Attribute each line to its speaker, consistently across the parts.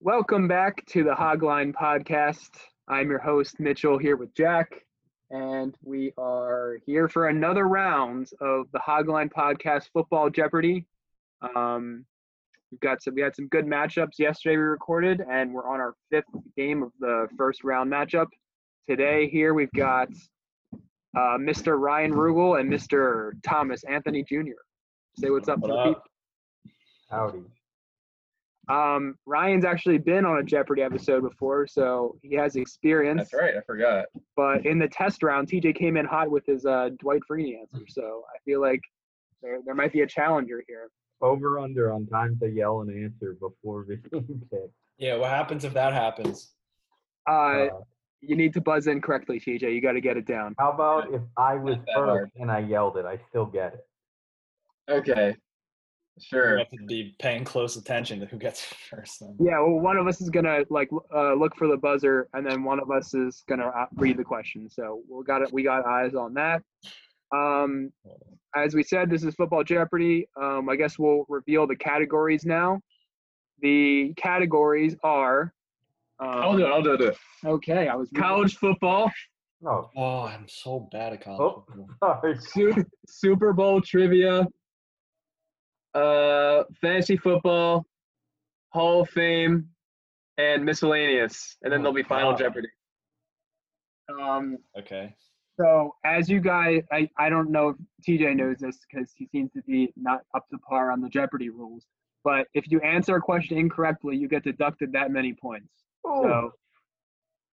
Speaker 1: Welcome back to the Hogline Podcast. I'm your host, Mitchell, here with Jack, and we are here for another round of the Hogline Podcast Football Jeopardy. Um, we've got some, we had some good matchups yesterday we recorded, and we're on our fifth game of the first round matchup. Today, here we've got uh, Mr. Ryan Rugel and Mr. Thomas Anthony Jr. Say what's up to the
Speaker 2: What
Speaker 1: people.
Speaker 2: up?
Speaker 3: Howdy.
Speaker 1: Um, Ryan's actually been on a Jeopardy episode before, so he has experience.
Speaker 2: That's right. I forgot.
Speaker 1: But in the test round, TJ came in hot with his uh, Dwight Freeney answer,
Speaker 2: Mm-hmm.
Speaker 1: so I feel like there, there might be a challenger here.
Speaker 3: Over under on time to yell an answer before being picked.
Speaker 4: Yeah, what happens if that happens?
Speaker 1: Uh,
Speaker 3: Uh,
Speaker 1: you need to buzz in correctly, TJ. You got to get it down.
Speaker 3: how about if I was
Speaker 2: Not that hard.
Speaker 3: first and I yelled it? I still get it.
Speaker 2: Okay.
Speaker 4: You
Speaker 2: Sure.
Speaker 4: have to be paying close attention to who gets first. Then.
Speaker 1: Yeah, well, one of us is gonna like l- uh, look for the buzzer, and then one of us is gonna uh, read the question. So we got it. We got eyes on that. Um, as we said, this is Football Jeopardy. Um, I guess we'll reveal the categories now. The categories are. Um,
Speaker 2: I'll do it. I'll do it.
Speaker 1: Okay, I was college football,
Speaker 3: Oh,
Speaker 4: Oh, I'm so bad at college.
Speaker 3: Oh. sorry.
Speaker 1: Su- Super Bowl trivia,
Speaker 2: Uh, fantasy football, Hall of Fame, and miscellaneous, and then
Speaker 4: Oh,
Speaker 2: there'll be Final
Speaker 4: God.
Speaker 2: Jeopardy.
Speaker 1: um,
Speaker 4: Okay.
Speaker 1: So as you guys, I, I don't know if TJ knows this because he seems to be not up to par on the Jeopardy rules. But if you answer a question incorrectly, you get deducted that many points.
Speaker 3: Oh,
Speaker 1: So,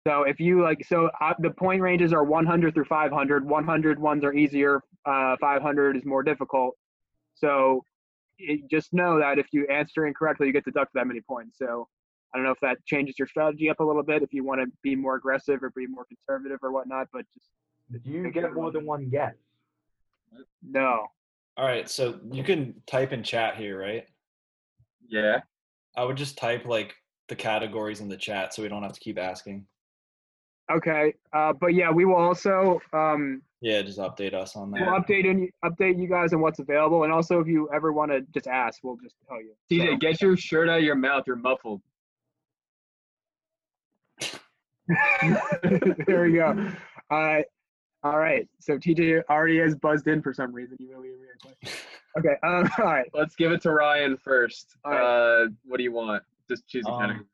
Speaker 1: so if you like, so uh, the point ranges are 100 through 500. 100 ones are easier. Uh, 500 is more difficult. So it, just know that if you answer incorrectly, you get deducted that many points. So I don't know if that changes your strategy up a little bit if you want to be more aggressive or be more conservative or whatnot. But just
Speaker 3: do you get more than one guess?
Speaker 1: no.
Speaker 4: All right. So you can type in chat here, right?
Speaker 2: Yeah.
Speaker 4: I would just type like the categories in the chat so we don't have to keep asking.
Speaker 1: Okay, uh, but yeah, we will also um,
Speaker 4: Yeah, just update us on that.
Speaker 1: we'll update and update you guys on what's available, and also if you ever want to just ask, we'll just tell you.
Speaker 2: TJ,
Speaker 1: So-
Speaker 2: get your shirt out of your mouth. You're muffled.
Speaker 1: there we go. Uh, all right, so TJ already is buzzed in for some reason. You really weird question. Okay, um, all right.
Speaker 2: Let's give it to Ryan first.
Speaker 1: All right.
Speaker 2: Uh, what do you want? Just choose a
Speaker 4: Um,
Speaker 2: category.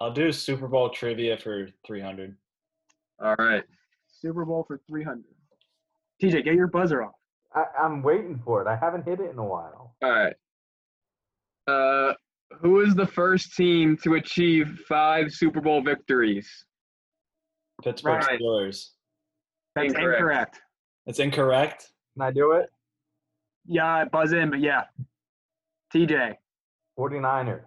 Speaker 4: I'll do Super Bowl trivia for 300.
Speaker 2: All right.
Speaker 1: Super Bowl for three hundred. TJ, get your buzzer off.
Speaker 3: I, I'm waiting for it. I haven't hit it in a while.
Speaker 2: All right. Uh, who is the first team to achieve five Super Bowl victories?
Speaker 4: Pittsburgh
Speaker 2: Right.
Speaker 4: Steelers.
Speaker 1: That's
Speaker 2: Incorrect.
Speaker 1: incorrect.
Speaker 4: It's incorrect.
Speaker 3: Can I do it?
Speaker 1: Yeah, buzz in, but yeah. TJ,
Speaker 3: 49ers.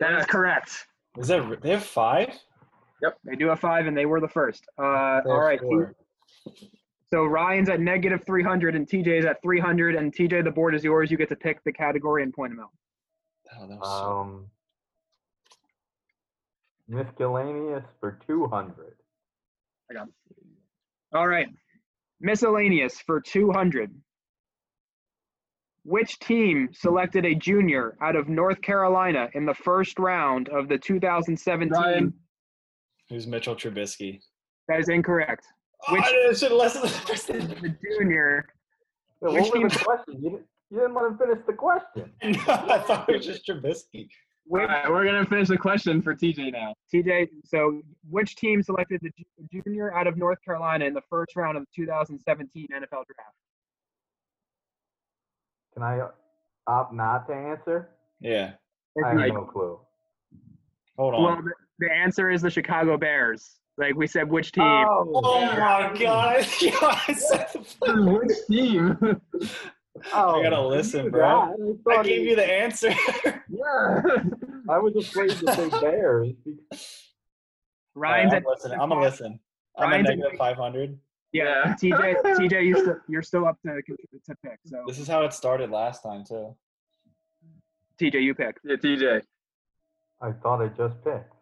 Speaker 1: that is
Speaker 2: Yes.
Speaker 1: correct.
Speaker 4: Is that r- they have five?
Speaker 1: They do have five, and they were the first. Uh,
Speaker 4: They
Speaker 1: all
Speaker 4: have
Speaker 1: right.
Speaker 4: four.
Speaker 1: So Ryan's at negative 300 and TJ's at 300. And TJ, the board is yours. You get to pick the category and point them out.
Speaker 4: Oh, that was so-
Speaker 3: Um, miscellaneous for 200.
Speaker 1: All right. Miscellaneous for 200. Which team selected a junior out of North Carolina in the first round of the 2017?
Speaker 2: Ryan.
Speaker 4: Who's Mitchell Trubisky?
Speaker 1: That is incorrect. Which-
Speaker 4: Which, I should listen to the person.
Speaker 1: The junior.
Speaker 3: Yeah,
Speaker 1: Which
Speaker 3: what
Speaker 1: team-
Speaker 3: was the question? You didn't, you didn't let him finish the question.
Speaker 4: No, I thought it was just Trubisky.
Speaker 2: All
Speaker 1: Which,
Speaker 2: right, we're gonna finish the question for TJ now.
Speaker 1: TJ, so which team selected the ju- junior out of North Carolina in the first round of the 2017 NFL Draft?
Speaker 3: Can I opt not to answer?
Speaker 4: Yeah.
Speaker 1: If
Speaker 3: I
Speaker 1: you-
Speaker 3: have no clue.
Speaker 4: Hold
Speaker 1: Well,
Speaker 4: on.
Speaker 1: the, the answer is the Chicago Bears. Like we said, which team?
Speaker 4: oh my god. Yeah, I said the fuck-
Speaker 2: Which team?
Speaker 3: Oh,
Speaker 4: I gotta
Speaker 3: you
Speaker 4: listen,
Speaker 3: knew
Speaker 4: bro.
Speaker 3: that. I,
Speaker 4: I
Speaker 3: thought
Speaker 4: gave
Speaker 3: it-
Speaker 4: you the answer.
Speaker 3: I was afraid to say Bears. because-
Speaker 1: Ryan's
Speaker 4: I'm
Speaker 1: at
Speaker 4: listening. I'm gonna listen. I'm a
Speaker 1: Ryan's at-
Speaker 4: negative 500.
Speaker 1: yeah.
Speaker 2: Yeah.
Speaker 1: TJ, TJ, you still, you're still up to to pick. So
Speaker 4: This is how it started last time too.
Speaker 1: TJ, you pick.
Speaker 2: yeah, TJ.
Speaker 3: I thought I just picked.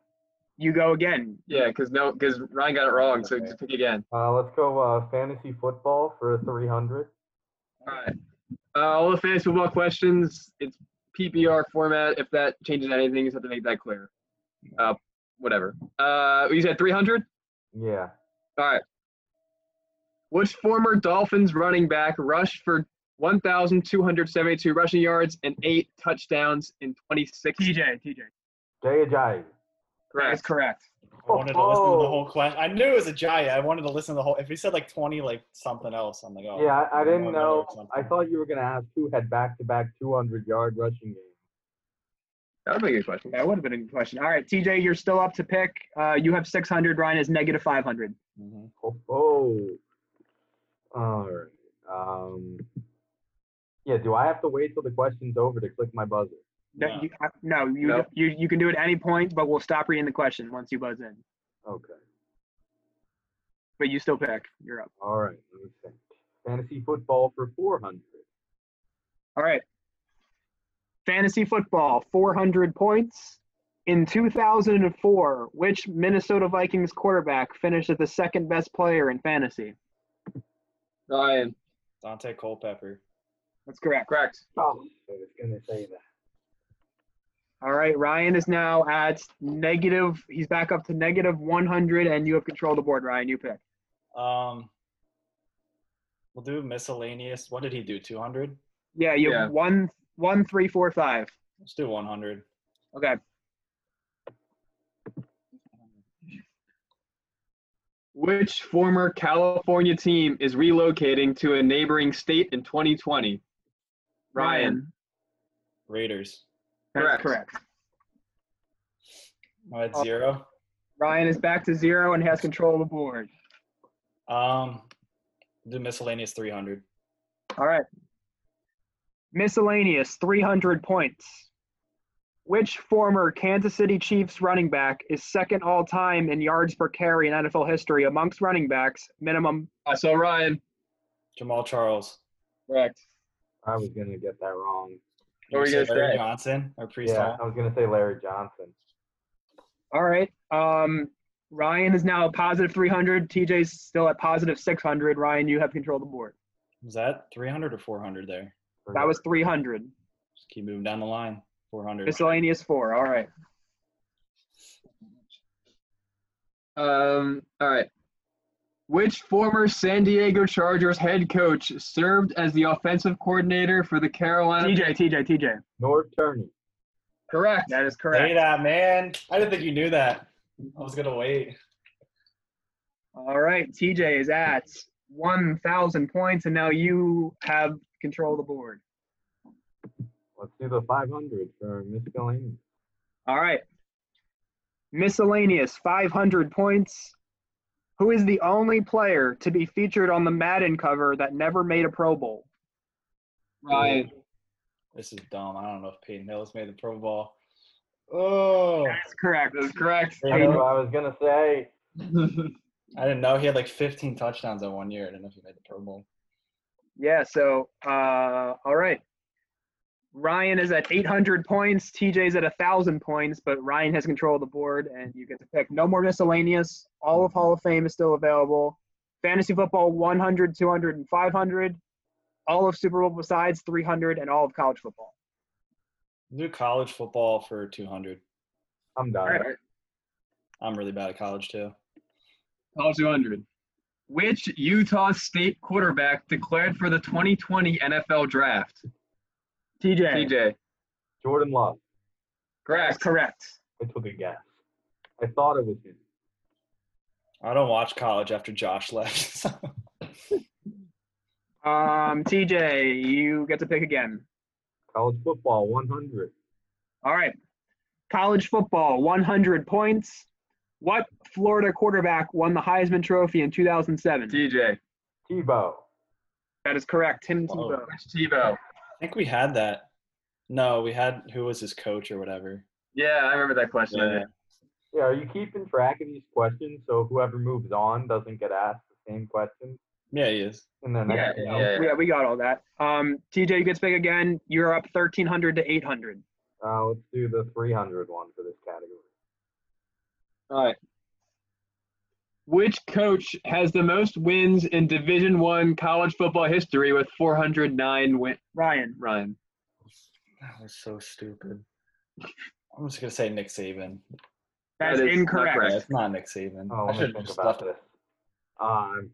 Speaker 1: You go again.
Speaker 2: Yeah, because no, because Ryan got it wrong, so just pick again.
Speaker 3: Uh, let's go uh, fantasy football for 300.
Speaker 2: All right. Uh, all the fantasy football questions, it's PPR format. If that changes anything, you just have to make that clear. Whatever. Uh, you said 300?
Speaker 5: Yeah.
Speaker 2: Which former Dolphins running back rushed for 1,272 rushing yards and eight touchdowns in 2016?
Speaker 1: TJ, TJ.
Speaker 5: Jay Ajayi.
Speaker 2: Correct.
Speaker 1: That's correct.
Speaker 4: I wanted to listen to
Speaker 5: Oh.
Speaker 4: the whole question. I knew it was a giant. I wanted to listen to the whole. If he said like twenty, like something else, I'm like, oh.
Speaker 5: Yeah, I, I didn't
Speaker 4: one
Speaker 5: know.
Speaker 4: or something.
Speaker 5: I thought you were gonna have two head back to back 200 yard rushing games.
Speaker 2: That would be a good question.
Speaker 1: That would have been a good question. All right, TJ, you're still up to pick. Uh, you have 600. Ryan is negative 500.
Speaker 4: Mhm.
Speaker 5: Oh, oh. all right. Um, yeah. Do I have to wait till the question's over to click my buzzer?
Speaker 1: That-
Speaker 4: No.
Speaker 1: you- uh, No, you,
Speaker 2: No.
Speaker 1: you you can do it at any point, but we'll stop reading the question once you buzz in.
Speaker 5: Okay.
Speaker 1: But you still pick. You're up.
Speaker 5: All right. Let me think. Fantasy football for 400.
Speaker 1: All right. Fantasy football, 400 points. In 2004, which Minnesota Vikings quarterback finished as the second best player in fantasy?
Speaker 2: Ryan.
Speaker 4: Dante Culpepper.
Speaker 1: That's correct.
Speaker 2: Correct.
Speaker 5: Oh, I was gonna say that.
Speaker 1: All right, Ryan is now at negative. He's back up to negative 100, and you have control of the board, Ryan. You pick.
Speaker 4: Um, we'll do miscellaneous. What did he do? Two hundred.
Speaker 1: Yeah, you
Speaker 2: Yeah.
Speaker 1: have one, one, three, four, five.
Speaker 4: Let's do one hundred.
Speaker 1: Okay.
Speaker 2: Which former California team is relocating to a neighboring state in 2020? Ryan.
Speaker 4: Raiders.
Speaker 1: That's
Speaker 2: Correct.
Speaker 1: correct.
Speaker 4: I'm
Speaker 5: Uh,
Speaker 4: at zero.
Speaker 1: Ryan is back to zero and has control of the board.
Speaker 4: Um, do miscellaneous three hundred.
Speaker 1: All right. Miscellaneous, 300 points. Which former Kansas City Chiefs running back is second all time in yards per carry in NFL history amongst running backs, minimum?
Speaker 2: Uh, so Ryan.
Speaker 4: Jamal Charles.
Speaker 2: Correct.
Speaker 5: I was gonna get that wrong.
Speaker 2: What were you
Speaker 4: Say
Speaker 2: gonna
Speaker 4: Larry
Speaker 2: say?
Speaker 4: Johnson or Priest
Speaker 5: Yeah,
Speaker 4: Hall?
Speaker 5: I was gonna say Larry Johnson.
Speaker 1: All right. Um, Ryan is now at positive 300. TJ's still at positive 600. Ryan, you have control of the board.
Speaker 4: Was that three hundred or four hundred there?
Speaker 1: That was 300.
Speaker 4: Just keep moving down the line. Four hundred.
Speaker 1: Miscellaneous four. All right.
Speaker 2: Um, all right. Which former San Diego Chargers head coach served as the offensive coordinator for the Carolina?
Speaker 1: TJ, TJ, TJ.
Speaker 5: North Turner.
Speaker 2: Correct.
Speaker 1: That is correct.
Speaker 4: Say that, man. I didn't think you knew that. I was gonna wait.
Speaker 1: All right, TJ is at 1,000 points, and now you have control of the board.
Speaker 5: Let's do the 500 for miscellaneous.
Speaker 1: All right. Miscellaneous, 500 points. Who is the only player to be featured on the Madden cover that never made a Pro Bowl?
Speaker 2: Ryan.
Speaker 4: This is dumb. I don't know if Peyton Hillis made the Pro Bowl. Oh,
Speaker 1: That's correct.
Speaker 2: That's correct.
Speaker 5: I, know, I was gonna say
Speaker 4: I didn't know he had like 15 touchdowns in one year. I didn't know if he made the Pro Bowl.
Speaker 1: Yeah, so, uh, all right. Ryan is at 800 points. TJ's at 1,000 points, but Ryan has control of the board, and you get to pick. No more miscellaneous. All of Hall of Fame is still available. Fantasy football 100, 200, and 500. All of Super Bowl besides 300, and all of college football.
Speaker 4: Do college football for 200.
Speaker 5: I'm done.
Speaker 2: All right.
Speaker 4: I'm really bad at college too.
Speaker 2: Call 200. Which Utah State quarterback declared for the 2020 NFL Draft?
Speaker 1: TJ.
Speaker 2: TJ.
Speaker 5: Jordan Love.
Speaker 1: That's
Speaker 2: Correct.
Speaker 1: correct.
Speaker 5: I took a guess. I thought it was him.
Speaker 4: I don't watch college after Josh left. so.
Speaker 1: Um, TJ, you get to pick again.
Speaker 5: College football 100.
Speaker 1: All right. College football, 100 points. What Florida quarterback won the Heisman Trophy in 2007?
Speaker 2: TJ.
Speaker 5: Tebow.
Speaker 1: That is correct. Tim
Speaker 4: Whoa.
Speaker 1: Tebow.
Speaker 2: Which Tebow?
Speaker 4: I think we had that. No, we had who was his coach or whatever.
Speaker 2: Yeah, I remember that question.
Speaker 4: Yeah.
Speaker 5: Yeah, are you keeping track of these questions so whoever moves on doesn't get asked the same question?
Speaker 4: Yeah, he is.
Speaker 5: And then
Speaker 2: Yeah, yeah, yeah.
Speaker 1: Yeah, we got all that. Um, TJ, you get to pick again. You're up 1,300 to 800.
Speaker 5: Uh, let's do the 300 one for this category.
Speaker 2: All right. Which coach has the most wins in Division One college football history with 409 win?
Speaker 1: Ryan.
Speaker 2: Ryan.
Speaker 4: That was so stupid. I'm just gonna say Nick Saban.
Speaker 1: That's
Speaker 2: That is not
Speaker 1: incorrect.
Speaker 2: correct.
Speaker 4: Yeah, it's not Nick Saban.
Speaker 5: Oh,
Speaker 4: I
Speaker 5: let me
Speaker 4: should have
Speaker 5: think
Speaker 4: just
Speaker 5: about
Speaker 4: left
Speaker 5: this. Um,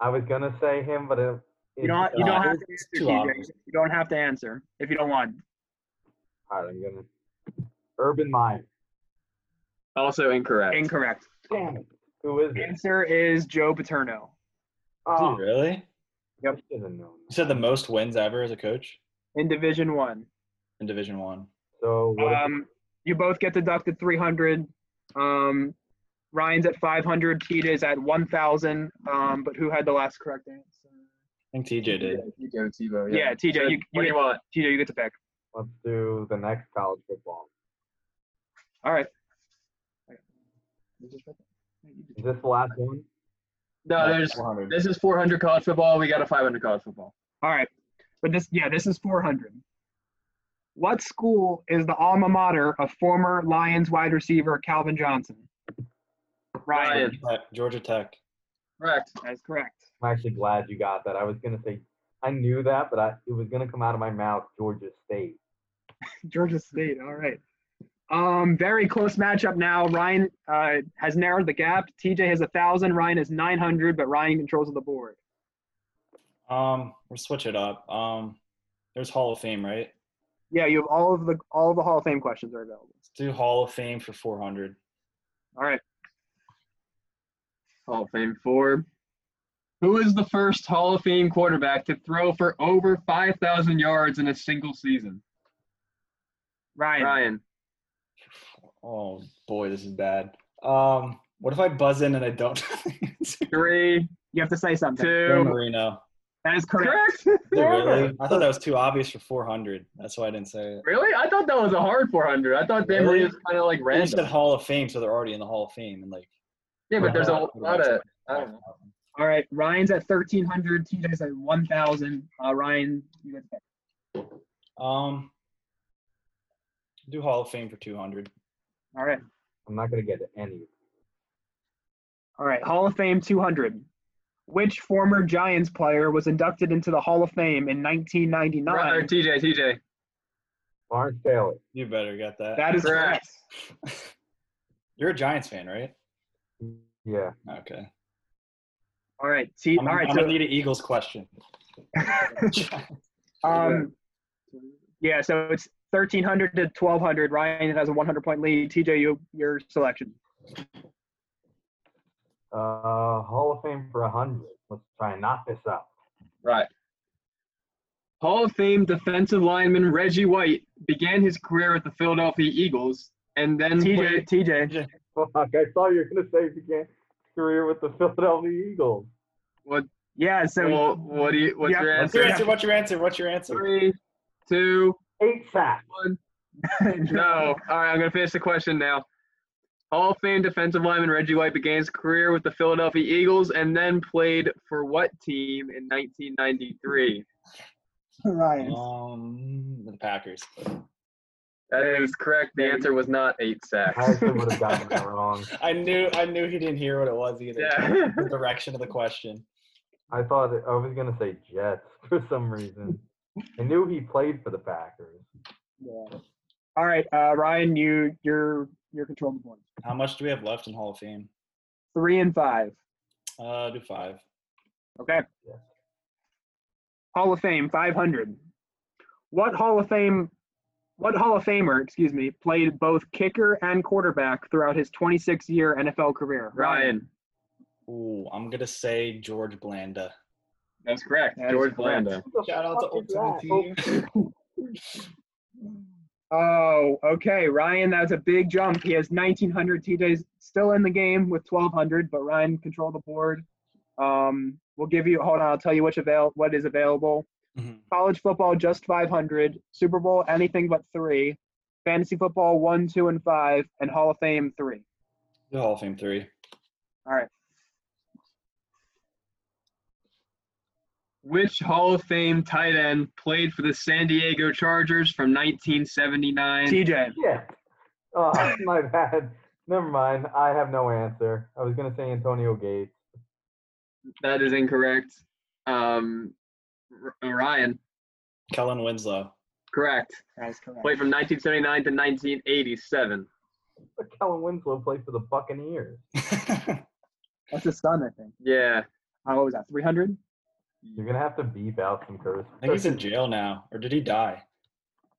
Speaker 5: I was gonna say him, but it,
Speaker 1: You don't. You don't
Speaker 4: Uh,
Speaker 1: have to
Speaker 4: it's
Speaker 1: answer,
Speaker 4: too
Speaker 1: TJ.
Speaker 4: obvious.
Speaker 1: You don't have to answer if you don't want.
Speaker 5: All right, I'm gonna. Urban Meyer.
Speaker 2: Also incorrect.
Speaker 1: Incorrect.
Speaker 5: Damn it. Who is it?
Speaker 1: Answer is Joe Paterno.
Speaker 5: Oh,
Speaker 4: Dude, really?
Speaker 5: I should have known.
Speaker 4: You said the most wins ever as a coach
Speaker 1: in Division One.
Speaker 4: in Division One.
Speaker 5: So what if-
Speaker 1: Um, you both get deducted 300. Um, Ryan's at 500. Pete is at 1,000. Um, but who had the last correct answer?
Speaker 4: I think TJ did.
Speaker 2: You go, Tebow.
Speaker 1: Yeah, TJ, you,
Speaker 2: what
Speaker 1: you
Speaker 2: do
Speaker 1: get,
Speaker 2: you want?
Speaker 1: TJ, you get to pick.
Speaker 5: let's do the next college football.
Speaker 1: All right.
Speaker 5: Is this the last one?
Speaker 2: No, there's.
Speaker 4: 400.
Speaker 2: This is 400 college football. We got a 500 college football.
Speaker 1: All right. But this, yeah, this is 400. What school is the alma mater of former Lions wide receiver Calvin Johnson? Ryan,
Speaker 2: Ryan.
Speaker 4: Tech- Georgia Tech.
Speaker 2: Correct.
Speaker 1: that's correct.
Speaker 5: I'm actually glad you got that. I was gonna say I knew that, but I, it was gonna come out of my mouth. Georgia State.
Speaker 1: Georgia State. All right. Um, very close matchup now. Ryan uh, has narrowed the gap. TJ has a thousand. Ryan has nine hundred, but Ryan controls the board.
Speaker 4: Um, we'll switch it up. Um, there's Hall of Fame, right?
Speaker 1: Yeah, you have all of the all of the Hall of Fame questions are available.
Speaker 4: Let's do Hall of Fame for 400.
Speaker 1: All right.
Speaker 2: Hall of Fame four. Who is the first Hall of Fame quarterback to throw for over 5,000 yards in a single season?
Speaker 1: Ryan.
Speaker 2: Ryan.
Speaker 4: Oh boy, this is bad. Um, what if I buzz in and I don't?
Speaker 2: Three,
Speaker 1: You have to say something.
Speaker 4: Dan
Speaker 2: two.
Speaker 4: Marino.
Speaker 1: That is correct.
Speaker 2: Correct.
Speaker 4: Dude, really? I thought that was too obvious for 400. That's why I didn't say it.
Speaker 2: Really? I thought that was a hard 400. I thought Dan
Speaker 4: Really?
Speaker 2: Marino was kind of like
Speaker 4: You said
Speaker 2: random.
Speaker 4: Hall of Fame, so they're already in the Hall of Fame, and like.
Speaker 2: Yeah, but there's a
Speaker 4: Would've
Speaker 2: lot
Speaker 4: been
Speaker 2: of. I don't know.
Speaker 1: All right. Ryan's at thirteen hundred. TJ's at one thousand. Uh, Ryan, you get to pick.
Speaker 4: Um, do Hall of Fame for 200.
Speaker 1: All right.
Speaker 5: I'm not gonna get any.
Speaker 1: All right. Hall of Fame two hundred. Which former Giants player was inducted into the Hall of Fame in nineteen ninety
Speaker 2: Right,
Speaker 1: nine?
Speaker 2: TJ, TJ.
Speaker 5: Lawrence Taylor.
Speaker 4: You better get that.
Speaker 1: That is
Speaker 2: Correct.
Speaker 1: correct.
Speaker 4: You're a Giants fan, right?
Speaker 5: Yeah.
Speaker 4: Okay.
Speaker 1: All right. T-
Speaker 4: I'm,
Speaker 1: all right.
Speaker 4: I'm
Speaker 1: So
Speaker 4: gonna need an Eagles question.
Speaker 1: Um, yeah, so it's 1300 to 1200. Ryan has a 100 point lead. TJ, you, your selection.
Speaker 5: Uh, Hall of Fame for a hundred. Let's try and knock this up.
Speaker 2: Right. Hall of Fame defensive lineman Reggie White began his career with the Philadelphia Eagles and then
Speaker 1: TJ,
Speaker 2: played-
Speaker 1: TJ,
Speaker 5: Fuck! I thought you were gonna say he began his career with the Philadelphia Eagles.
Speaker 2: what
Speaker 1: yeah, so
Speaker 2: well, what do you what's
Speaker 1: Yeah,
Speaker 2: your
Speaker 1: let's
Speaker 4: What's
Speaker 2: answer?
Speaker 4: your answer? What's your answer? What's your answer?
Speaker 2: Three, two,
Speaker 5: Eight sacks.
Speaker 2: one. No. All right, I'm gonna finish the question now. Hall of Fame defensive lineman Reggie White began his career with the Philadelphia Eagles and then played for what team in 1993?
Speaker 1: Ryan.
Speaker 4: Um, the Packers.
Speaker 2: That is correct. The answer was not eight
Speaker 5: I
Speaker 2: sacks.
Speaker 5: actually would have gotten that wrong.
Speaker 4: I knew, I knew he didn't hear what it was either.
Speaker 2: Yeah.
Speaker 4: The direction of the question.
Speaker 5: I thought it, I was gonna say Jets for some reason. I knew he played for the Packers.
Speaker 1: Yeah. All right, uh, Ryan, you you're you're controlling the board.
Speaker 4: How much do we have left in Hall of Fame?
Speaker 1: Three and five.
Speaker 4: Uh, do five.
Speaker 1: Okay.
Speaker 5: Yeah.
Speaker 1: Hall of Fame 500. What Hall of Fame? What Hall of Famer, excuse me, played both kicker and quarterback throughout his 26-year NFL career?
Speaker 2: Ryan.
Speaker 4: Ooh, I'm gonna say George Blanda.
Speaker 2: That's correct.
Speaker 1: That is
Speaker 2: George
Speaker 1: correct.
Speaker 2: Blanda.
Speaker 4: Shout out to
Speaker 5: Fuck
Speaker 4: Old
Speaker 5: is
Speaker 4: Town
Speaker 5: that? Oh,
Speaker 4: Team.
Speaker 1: Oh, okay. Ryan, that's a big jump. He has 1900. TJ's still in the game with 1200, but Ryan control the board. Um, we'll give you. Hold on, I'll tell you which avail what is available.
Speaker 4: Mhm.
Speaker 1: College football just 500. Super Bowl anything but three. Fantasy football one, two, and five, and Hall of Fame three.
Speaker 4: Do Hall of Fame three.
Speaker 1: All right.
Speaker 2: Which Hall of Fame tight end played for the San Diego Chargers from 1979?
Speaker 1: TJ.
Speaker 5: Yeah. Oh, my bad. Never mind. I have no answer. I was gonna say Antonio Gates.
Speaker 2: That is incorrect. Um, R- Ryan,
Speaker 4: Kellen Winslow.
Speaker 2: correct.
Speaker 1: That is correct.
Speaker 2: Played from 1979 to 1987.
Speaker 5: Kellen Winslow played for the Buccaneers.
Speaker 1: That's his son, I think.
Speaker 2: Yeah.
Speaker 1: Oh, what was that? 300?
Speaker 5: You're gonna have to beep out some curse.
Speaker 4: I think he's in jail now, or did he die?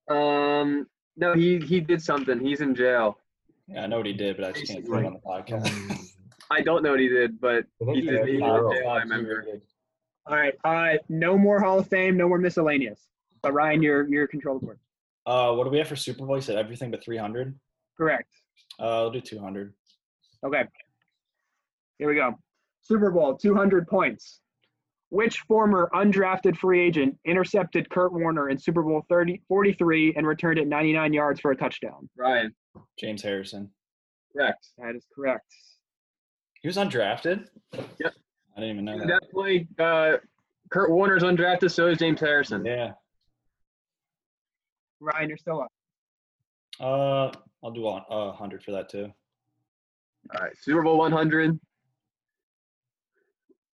Speaker 2: Um. No, he he did something. He's in jail.
Speaker 4: Yeah, I know what he did, but I just can't put it on the podcast.
Speaker 2: I don't know what he did, but
Speaker 5: I think
Speaker 2: He
Speaker 5: he's
Speaker 2: did-
Speaker 5: in
Speaker 2: he did
Speaker 5: jail.
Speaker 2: jail. I remember.
Speaker 1: All right. Uh, no more Hall of Fame, no more miscellaneous. But Ryan, you're you're control of the board.
Speaker 4: Uh, what do we have for Super Bowl? You said everything but 300.
Speaker 1: Correct.
Speaker 4: Uh, I'll do 200.
Speaker 1: Okay. Here we go. Super Bowl, 200 points. Which former undrafted free agent intercepted Kurt Warner in Super Bowl 30, 43 and returned it 99 yards for a touchdown?
Speaker 2: Ryan.
Speaker 4: James Harrison.
Speaker 2: Correct.
Speaker 1: That is correct.
Speaker 4: He was undrafted.
Speaker 2: Yep.
Speaker 4: I didn't even know that.
Speaker 2: Definitely. Uh, Kurt Warner's undrafted. So is James Harrison.
Speaker 4: Yeah.
Speaker 1: Ryan, you're still up.
Speaker 4: Uh, I'll do a uh, 100 for that too.
Speaker 2: All right, Super Bowl 100.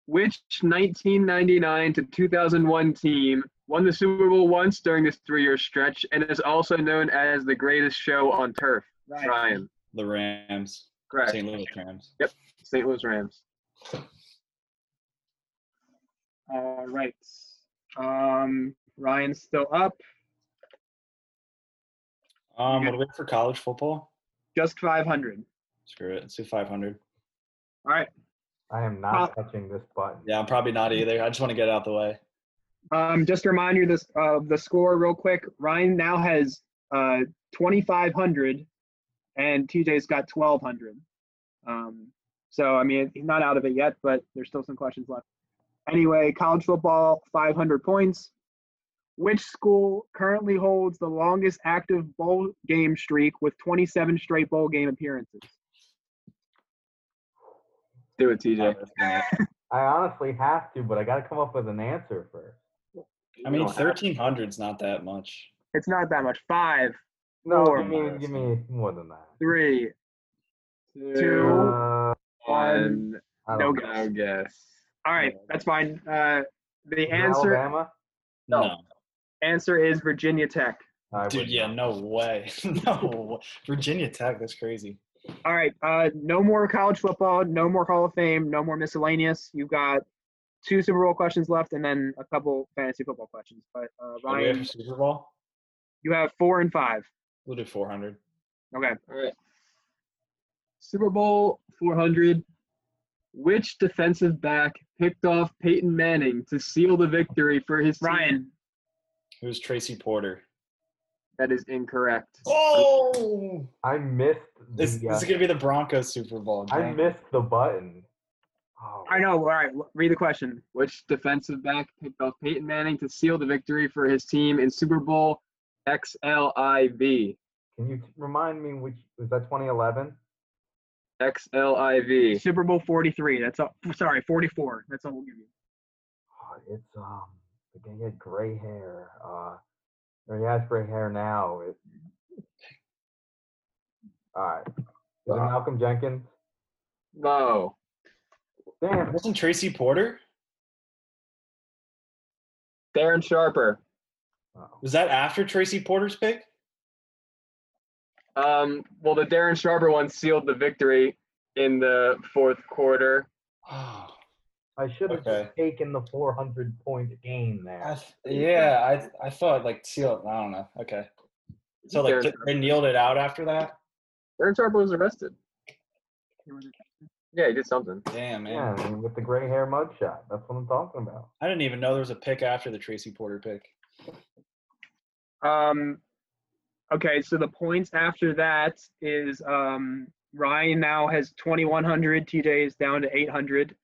Speaker 2: Which 1999 to 2001 team won the Super Bowl once during this three-year stretch and is also known as the greatest show on turf?
Speaker 1: Ryan.
Speaker 2: Ryan,
Speaker 4: The Rams.
Speaker 2: correct.
Speaker 4: St. Louis Rams.
Speaker 2: St. Louis Rams.
Speaker 1: All right. Um, Ryan's still up.
Speaker 4: Um,
Speaker 1: You
Speaker 4: what do we have for college football?
Speaker 1: Just 500.
Speaker 4: Screw it. Let's do 500.
Speaker 1: All right.
Speaker 5: I am not touching this button.
Speaker 4: Yeah, I'm probably not either. I just want to get it out the way.
Speaker 1: Um, just to remind you this of the score real quick. Ryan now has uh, 2,500, and TJ's got 1,200. Um, so I mean, he's not out of it yet, but there's still some questions left. Anyway, college football, 500 points. Which school currently holds the longest active bowl game streak with 27 straight bowl game appearances?
Speaker 2: Do it, TJ.
Speaker 5: I honestly have to, but I gotta come up with an answer first.
Speaker 4: I mean,
Speaker 2: don't have-
Speaker 4: 1300 is not that much.
Speaker 1: It's not that much. Five,
Speaker 5: No,
Speaker 1: Four.
Speaker 5: give me give me more than that.
Speaker 1: three, Two.
Speaker 5: Uh,
Speaker 2: one.
Speaker 5: I
Speaker 1: No
Speaker 5: don't know.
Speaker 2: No guess.
Speaker 1: All right, that's fine. Uh, the
Speaker 5: Is it
Speaker 1: answer
Speaker 5: Alabama.
Speaker 4: No.
Speaker 1: answer is Virginia Tech.
Speaker 5: I
Speaker 4: Dude,
Speaker 5: would-
Speaker 4: yeah, no way. no. way. Virginia Tech, that's crazy.
Speaker 1: All right. Uh, no more college football. No more Hall of Fame. No more miscellaneous. You've got two Super Bowl questions left, and then a couple fantasy football questions. But uh,
Speaker 4: What do we have for
Speaker 1: Ryan,
Speaker 4: Super Bowl?
Speaker 1: you have four and five.
Speaker 4: We'll do 400.
Speaker 1: Okay.
Speaker 2: All right. Super Bowl 400. Which defensive back picked off Peyton Manning to seal the victory for his team?
Speaker 1: Ryan,
Speaker 4: Who's Tracy Porter?
Speaker 2: That is incorrect.
Speaker 4: Oh!
Speaker 5: I missed the.
Speaker 4: This, this is
Speaker 5: uh,
Speaker 4: going to be the Broncos Super Bowl.
Speaker 5: I
Speaker 4: dang.
Speaker 5: missed the button. Oh,
Speaker 1: I know. All right. Read the question.
Speaker 2: Which defensive back picked off Peyton Manning to seal the victory for his team in Super Bowl XLIV?
Speaker 5: Can you remind me which was that 2011?
Speaker 2: XLIV.
Speaker 1: Super Bowl 43. That's all. Sorry, 44. That's all we'll give you.
Speaker 5: Oh, it's um, the guy had gray hair. Uh, or he has gray hair now. It, all right. Is it Malcolm Jenkins?
Speaker 2: No.
Speaker 5: Damn. it.
Speaker 4: Wasn't Tracy Porter?
Speaker 2: Darren Sharper.
Speaker 5: Oh,
Speaker 4: Was that after Tracy Porter's pick?
Speaker 2: Um, well, the Darren Sharper one sealed the victory in the fourth quarter.
Speaker 4: Oh,
Speaker 5: I should have
Speaker 4: Okay.
Speaker 5: taken the 400 point game there.
Speaker 4: I th- yeah, I I thought like seal. I don't know. Okay, so like
Speaker 2: Darren-
Speaker 4: they kneeled it out after that.
Speaker 2: Darren Sharper was arrested. Yeah, he did something.
Speaker 4: Damn man,
Speaker 5: yeah, I mean, with the gray hair mugshot. That's what I'm talking about.
Speaker 4: I didn't even know there was a pick after the Tracy Porter pick.
Speaker 1: Um, okay, so the points after that is um, Ryan now has 2,100. TJ is down to 800.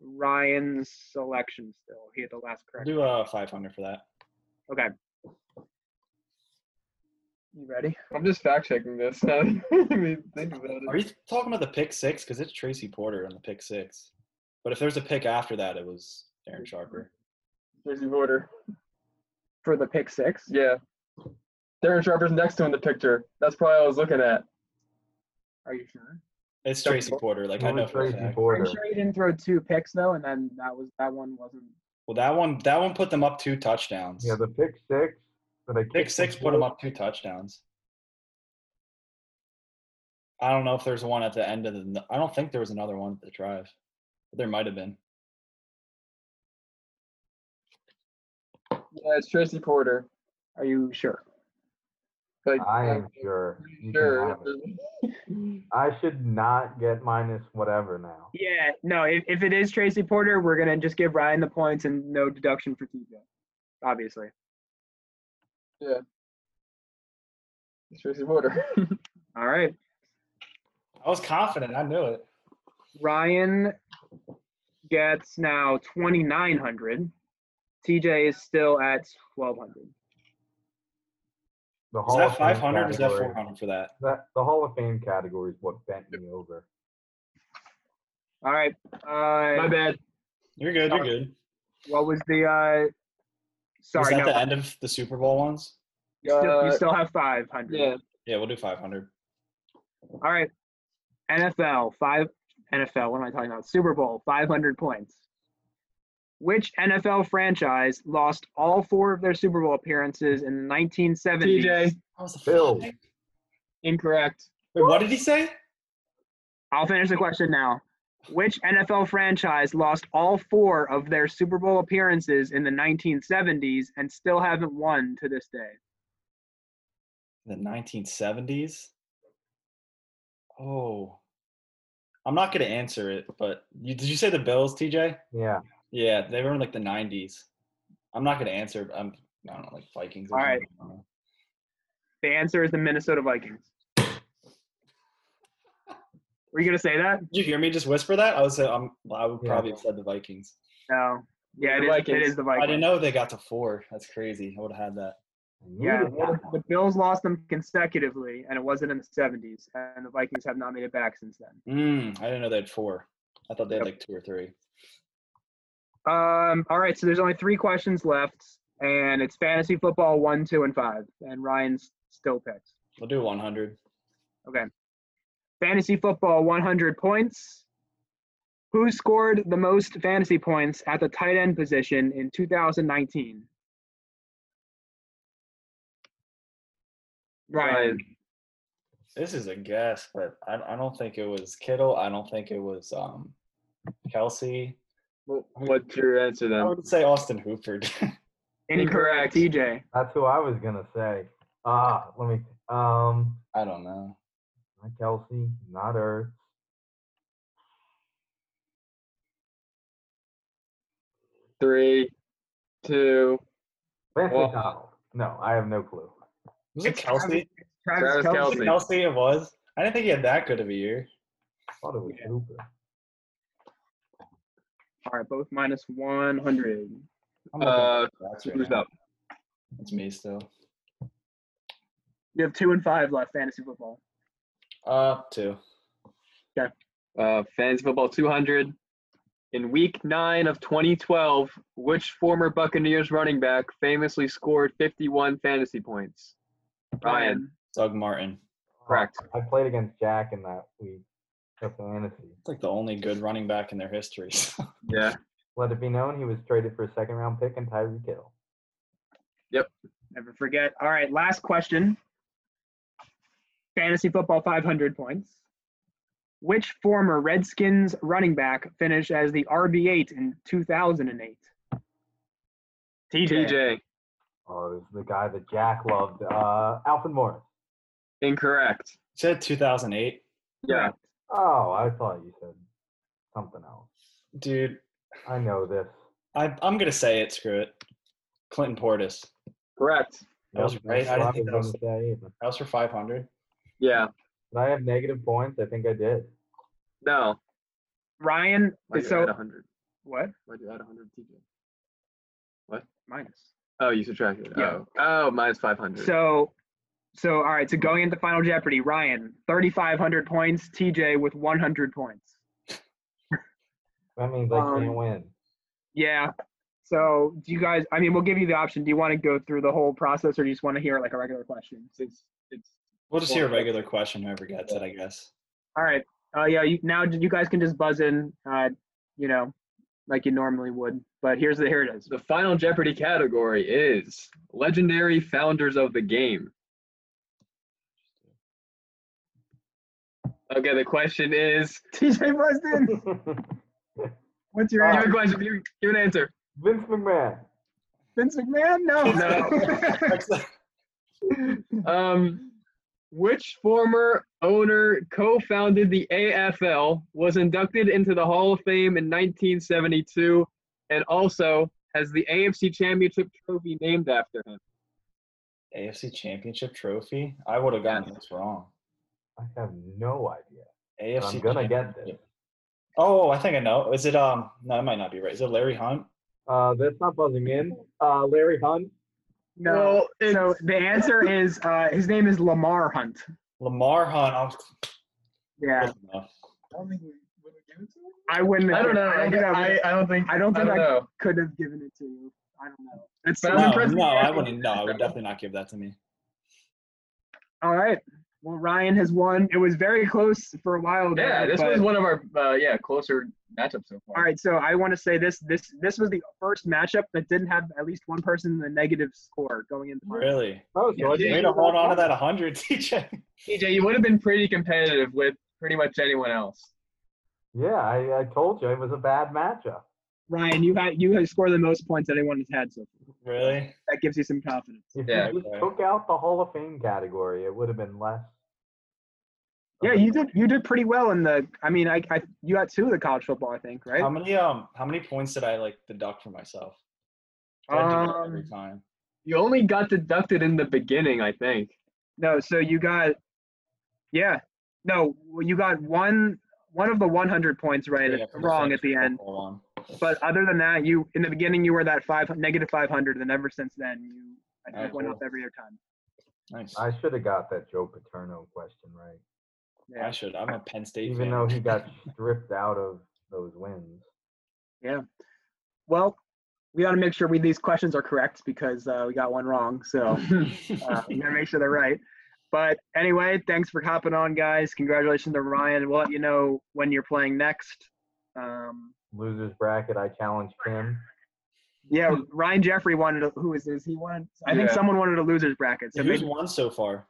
Speaker 1: Ryan's selection still. He had the last
Speaker 4: I'll
Speaker 1: correct.
Speaker 4: do uh 500 for that.
Speaker 1: Okay. You ready?
Speaker 2: I'm just fact checking this. I mean, think about
Speaker 4: Are you talking about the pick six? Because it's Tracy Porter on the pick six. But if there's a pick after that, it was Darren Sharper.
Speaker 2: Jersey border.
Speaker 1: For the pick six?
Speaker 2: Yeah. Darren Sharper's next to him in the picture. That's probably what I was looking at.
Speaker 1: Are you sure?
Speaker 4: It's Tracy Porter. Like I
Speaker 5: Only
Speaker 4: know for a
Speaker 5: Tracy
Speaker 4: fact.
Speaker 1: Are you
Speaker 5: Porter.
Speaker 1: sure you didn't throw two picks though, and then that was that one wasn't.
Speaker 4: Well, that one that one put them up two touchdowns.
Speaker 5: Yeah, the pick six. That I
Speaker 4: pick
Speaker 5: kicked
Speaker 4: six
Speaker 5: the
Speaker 4: put them
Speaker 5: field.
Speaker 4: up two touchdowns. I don't know if there's one at the end of the. I don't think there was another one at the drive. There might have been.
Speaker 2: Yeah, it's Tracy Porter.
Speaker 1: Are you sure?
Speaker 2: Like,
Speaker 5: I am sure. You can
Speaker 2: sure.
Speaker 5: have it. I should not get minus whatever now.
Speaker 1: Yeah, no, if, if it is Tracy Porter, we're going to just give Ryan the points and no deduction for TJ, obviously.
Speaker 2: It's Tracy Porter.
Speaker 1: All right.
Speaker 4: I was confident. I knew it.
Speaker 1: Ryan gets now 2,900. TJ is still at 1,200.
Speaker 5: The
Speaker 4: Is
Speaker 5: Hall of
Speaker 4: that
Speaker 5: Fame
Speaker 4: 500 or is that
Speaker 5: category-
Speaker 4: 400 for that?
Speaker 5: That, the Hall of Fame category is what bent me over.
Speaker 1: All right. Uh,
Speaker 2: My bad.
Speaker 4: You're good. You're good.
Speaker 1: What was the. Uh,
Speaker 4: Was
Speaker 1: sorry, no.
Speaker 4: that the end of the Super Bowl ones?
Speaker 1: You still, you
Speaker 2: Uh,
Speaker 1: still have 500.
Speaker 2: Yeah.
Speaker 4: Yeah, we'll do 500.
Speaker 1: All right. NFL, five NFL, what am I talking about? Super Bowl, 500 points. Which NFL franchise lost all four of their Super Bowl appearances in the 1970s?
Speaker 2: TJ.
Speaker 4: That was the
Speaker 5: Bills.
Speaker 4: Wait,
Speaker 2: Incorrect.
Speaker 4: what did he say?
Speaker 1: I'll finish the question now. Which NFL franchise lost all four of their Super Bowl appearances in the 1970s and still haven't won to this day?
Speaker 4: The 1970s? Oh. I'm not going to answer it, but you, did you say the Bills, TJ?
Speaker 5: Yeah.
Speaker 4: Yeah, they were in like the 90s. I'm not going to answer, but I'm, I don't know, like Vikings.
Speaker 1: All right.
Speaker 4: something.
Speaker 1: The answer is the Minnesota Vikings. Were you going to say that?
Speaker 4: Did you hear me just whisper that? I was, um, I would
Speaker 5: Yeah.
Speaker 4: probably have said the Vikings.
Speaker 1: No. Yeah, it
Speaker 2: The
Speaker 1: is, it
Speaker 2: Vikings.
Speaker 1: is the
Speaker 4: I
Speaker 1: Vikings.
Speaker 4: didn't know they got to four. That's crazy. I would have had that.
Speaker 1: Yeah,
Speaker 5: Needed that
Speaker 1: the
Speaker 5: one.
Speaker 1: Bills lost them consecutively, and it wasn't in the 70s, and the Vikings have not made it back since then.
Speaker 4: Mm, I didn't know they had four. I thought they had like two or three.
Speaker 1: Um, all right, so there's only three questions left, and it's fantasy football one, two, and five, and Ryan's still picks.
Speaker 4: We'll do 100.
Speaker 1: Fantasy football 100 points. Who scored the most fantasy points at the tight end position in 2019? Ryan.
Speaker 4: This is a guess, but I, I don't think it was Kittle. I don't think it was um, Kelsey.
Speaker 2: Wh- What's your answer
Speaker 4: I
Speaker 2: then?
Speaker 4: would say Austin Hooper.
Speaker 1: Incorrect,
Speaker 2: Incorrect.
Speaker 1: TJ.
Speaker 5: That's who I was gonna say. Ah, let me. Um,
Speaker 4: I don't know.
Speaker 5: not Kelsey, not Ertz.
Speaker 2: Three, two,
Speaker 5: Vance
Speaker 2: Well-
Speaker 5: McDonald. No, I have no clue.
Speaker 4: Was it
Speaker 1: It's
Speaker 4: Kelsey?
Speaker 1: Travis,
Speaker 2: Travis
Speaker 1: Kelce.
Speaker 2: Kelce.
Speaker 4: Kelsey. Kelsey, it was. I didn't think he had that good of a year.
Speaker 5: thought it was
Speaker 1: Yeah.
Speaker 5: Hooper. Uh,
Speaker 1: All right, both minus 100.
Speaker 4: I'm looking
Speaker 2: uh,
Speaker 4: at the stats right
Speaker 2: who's
Speaker 4: now.
Speaker 2: up?
Speaker 4: It's me still.
Speaker 1: You have two and five left fantasy football.
Speaker 4: Uh, two.
Speaker 2: Uh, fans football 200. In week nine of 2012, which former Buccaneers running back famously scored 51 fantasy points? Ryan,
Speaker 4: Doug Martin.
Speaker 2: correct.
Speaker 5: I played against Jack in that week of fantasy.
Speaker 4: It's like the only good running back in their history. so.
Speaker 2: Yeah.
Speaker 5: Let it be known he was traded for a second round pick and Tyreek Hill.
Speaker 1: Never forget. All right, last question. Fantasy football 500 points. Which former Redskins running back finished as the RB8 in 2008? TJ.
Speaker 2: TJ,
Speaker 5: Oh, it was the guy that Jack loved, uh, Alfred Morris.
Speaker 2: incorrect.
Speaker 4: said 2008.
Speaker 2: Yeah.
Speaker 5: Oh, I thought you said something else.
Speaker 4: Dude,
Speaker 5: I know this.
Speaker 4: I, I'm going to say it. Screw it. Clinton Portis.
Speaker 2: Correct.
Speaker 4: That was
Speaker 5: Yep,
Speaker 4: right.
Speaker 5: that's
Speaker 4: I didn't
Speaker 5: what
Speaker 4: think that
Speaker 5: gonna
Speaker 4: was-
Speaker 5: say either.
Speaker 4: That was for 500.
Speaker 2: Yeah.
Speaker 5: Did I have negative points? I think I did.
Speaker 2: No.
Speaker 1: Ryan,
Speaker 2: Why'd you
Speaker 1: so
Speaker 2: add 100?
Speaker 1: what?
Speaker 2: Why'd you add 100, TJ?
Speaker 1: Minus.
Speaker 2: Oh, you subtracted it.
Speaker 1: Yeah.
Speaker 2: Oh. oh, minus 500.
Speaker 1: So, so all right. So going into Final Jeopardy, Ryan 3,500 points. TJ with 100 points.
Speaker 5: That means I
Speaker 1: Um,
Speaker 5: can't win.
Speaker 1: Yeah. So do you guys? I mean, we'll give you the option. Do you want to go through the whole process, or do you just want to hear like a regular question?
Speaker 2: it's, it's
Speaker 4: We'll just hear a regular question, whoever gets it, I guess.
Speaker 1: All right. Uh, yeah. You, now you guys can just buzz in. Uh, you know, like you normally would. But here's the here it is.
Speaker 2: the final Jeopardy category is legendary founders of the game. Okay, the question is
Speaker 1: TJ Musden, what's your
Speaker 2: give
Speaker 1: answer?
Speaker 2: a question, give, give an answer.
Speaker 5: Vince McMahon.
Speaker 1: Vince McMahon? No.
Speaker 2: No. Um, which former owner co-founded the AFL, was inducted into the Hall of Fame in 1972, and also has the AFC Championship trophy named after him?
Speaker 4: AFC Championship trophy. I would have gotten this wrong.
Speaker 5: I have no idea.
Speaker 4: AFC.
Speaker 5: I'm gonna get
Speaker 4: Championship.
Speaker 5: this.
Speaker 4: Oh, I think I know. Is it um? No, it might not be right. Is it Larry Hunt?
Speaker 5: Uh, that's not buzzing in. Uh, Larry Hunt.
Speaker 1: no.
Speaker 2: Well, it's-
Speaker 1: so the answer is uh, his name is Lamar Hunt.
Speaker 4: Lamar Hunt. I'm
Speaker 1: Yeah.
Speaker 4: close enough.
Speaker 1: I wouldn't have
Speaker 2: I don't know.
Speaker 1: I
Speaker 2: I,
Speaker 1: don't think I,
Speaker 2: I, I don't think.
Speaker 1: I don't
Speaker 2: I
Speaker 1: think
Speaker 2: don't
Speaker 1: I,
Speaker 2: know.
Speaker 1: could have given it to you. I don't know. That's
Speaker 2: But I'm
Speaker 4: No,
Speaker 2: impressed with
Speaker 4: no,
Speaker 2: you.
Speaker 4: I wouldn't. No, I would definitely not give that to me.
Speaker 1: all right. Well, Ryan has won. It was very close for a while. There,
Speaker 2: Yeah, this
Speaker 1: but-
Speaker 2: was one of our uh, yeah closer matchups so far.
Speaker 1: All right, so I want to say this this this was the first matchup that didn't have at least one person in the negative score going into March.
Speaker 4: Really?
Speaker 5: Oh, so
Speaker 2: Yeah,
Speaker 5: I
Speaker 2: he-
Speaker 5: didn't
Speaker 4: Way
Speaker 5: do
Speaker 4: to hold
Speaker 5: that
Speaker 4: on
Speaker 5: one.
Speaker 4: to that 100, TJ.
Speaker 2: TJ, you would have been pretty competitive with pretty much anyone else.
Speaker 5: Yeah, I, I told you it was a bad matchup.
Speaker 1: Ryan, you had you had scored the most points that anyone has had, so
Speaker 4: Really?
Speaker 1: that gives you some confidence.
Speaker 5: If
Speaker 2: Yeah,
Speaker 5: you just
Speaker 4: okay.
Speaker 5: took out the Hall of Fame category, it would have been less.
Speaker 1: Yeah, you did you did pretty well in the. I mean, I, I you got two of the college football, I think, right?
Speaker 4: How many um? How many points did I like deduct for myself? Did I do that every
Speaker 1: Um,
Speaker 4: time.
Speaker 2: You only got deducted in the beginning, I think.
Speaker 1: no, so you got, yeah, no, you got one one of the 100 points right
Speaker 4: Yeah, for
Speaker 1: wrong at
Speaker 4: first
Speaker 1: the end,
Speaker 4: football one.
Speaker 1: but other than that, you in the beginning you were that five negative 500, and ever since then you I think
Speaker 4: Alright,
Speaker 1: went
Speaker 4: cool.
Speaker 1: up every other time.
Speaker 4: Nice.
Speaker 5: I should have got that Joe Paterno question right,
Speaker 4: I should. I'm a Penn State
Speaker 5: even
Speaker 4: fan.
Speaker 5: though he got stripped out of those wins.
Speaker 1: Well, we got to make sure we these questions are correct because uh, we got one wrong. So uh, we gotta make sure they're right. But anyway, thanks for hopping on, guys. Congratulations to Ryan. We'll let you know when you're playing next. Um,
Speaker 5: Losers bracket, I challenged him.
Speaker 1: yeah, Ryan Jeffrey wanted. To, who is this? He wanted. I think
Speaker 2: Yeah.
Speaker 1: someone wanted a losers bracket. So
Speaker 4: Who's
Speaker 1: maybe,
Speaker 4: won so far?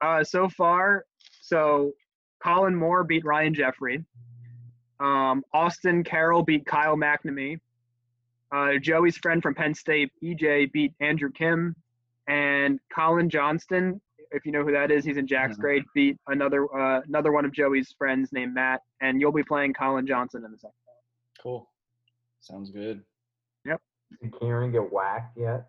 Speaker 1: uh, so far, so Colin Moore beat Ryan Jeffrey. Um, Austin Carroll beat Kyle McNamee. Uh, Joey's friend from Penn State, EJ, beat Andrew Kim, and Colin Johnston. If you know who that is, he's in Jack's
Speaker 4: Mhm.
Speaker 1: grade. Beat another uh, another one of Joey's friends named Matt, and you'll be playing Colin Johnson in the second.
Speaker 4: Cool. Sounds good.
Speaker 5: Did Kieran get whacked yet?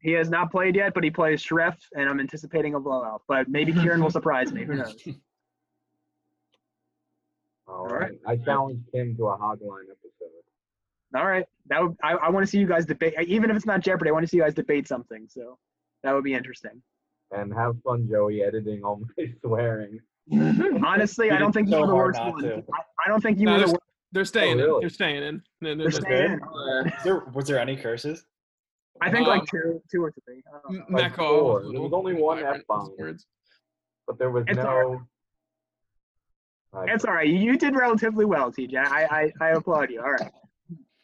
Speaker 1: He has not played yet, but he plays Shref, and I'm anticipating a blowout. But maybe Kieran will surprise me. Who knows?
Speaker 5: All
Speaker 1: right.
Speaker 5: right. Oh, I challenged him to a Hogline episode.
Speaker 1: All right, that would I, I want to see you guys debate. Even if it's not Jeopardy, I want to see you guys debate something. So that would be interesting.
Speaker 5: And have fun, Joey, editing all my swearing.
Speaker 1: Honestly, I
Speaker 4: Dude,
Speaker 1: don't
Speaker 4: it's
Speaker 1: think you
Speaker 4: so
Speaker 1: were the
Speaker 4: hard
Speaker 1: worst
Speaker 4: not
Speaker 1: one.
Speaker 4: to.
Speaker 1: I, I don't think you
Speaker 6: No,
Speaker 1: were the
Speaker 6: there's-
Speaker 1: worst.
Speaker 6: They're staying
Speaker 5: Oh, really?
Speaker 6: in. They're staying in. No, no,
Speaker 1: They're
Speaker 6: no.
Speaker 1: staying. in.
Speaker 2: Uh,
Speaker 4: Is there, was there any curses?
Speaker 1: I think like
Speaker 6: Um,
Speaker 1: two, two or three. I don't know.
Speaker 6: M- Mac
Speaker 5: Like
Speaker 6: all
Speaker 5: four. There was only one
Speaker 6: vibrant
Speaker 5: F-bomb.
Speaker 6: those words.
Speaker 5: But there was
Speaker 1: It's
Speaker 5: no.
Speaker 4: mm,
Speaker 5: Like,
Speaker 1: It's all right. You did relatively well, TJ. I I, I applaud you. All right.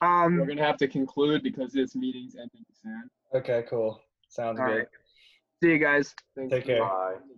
Speaker 2: we're
Speaker 1: Um.
Speaker 2: gonna have to conclude because this meeting's ending soon.
Speaker 4: Okay, cool. Sounds
Speaker 1: All
Speaker 4: good.
Speaker 1: right. See you guys.
Speaker 2: Thanks
Speaker 4: Take
Speaker 2: for
Speaker 4: care.
Speaker 5: bye.
Speaker 2: watching.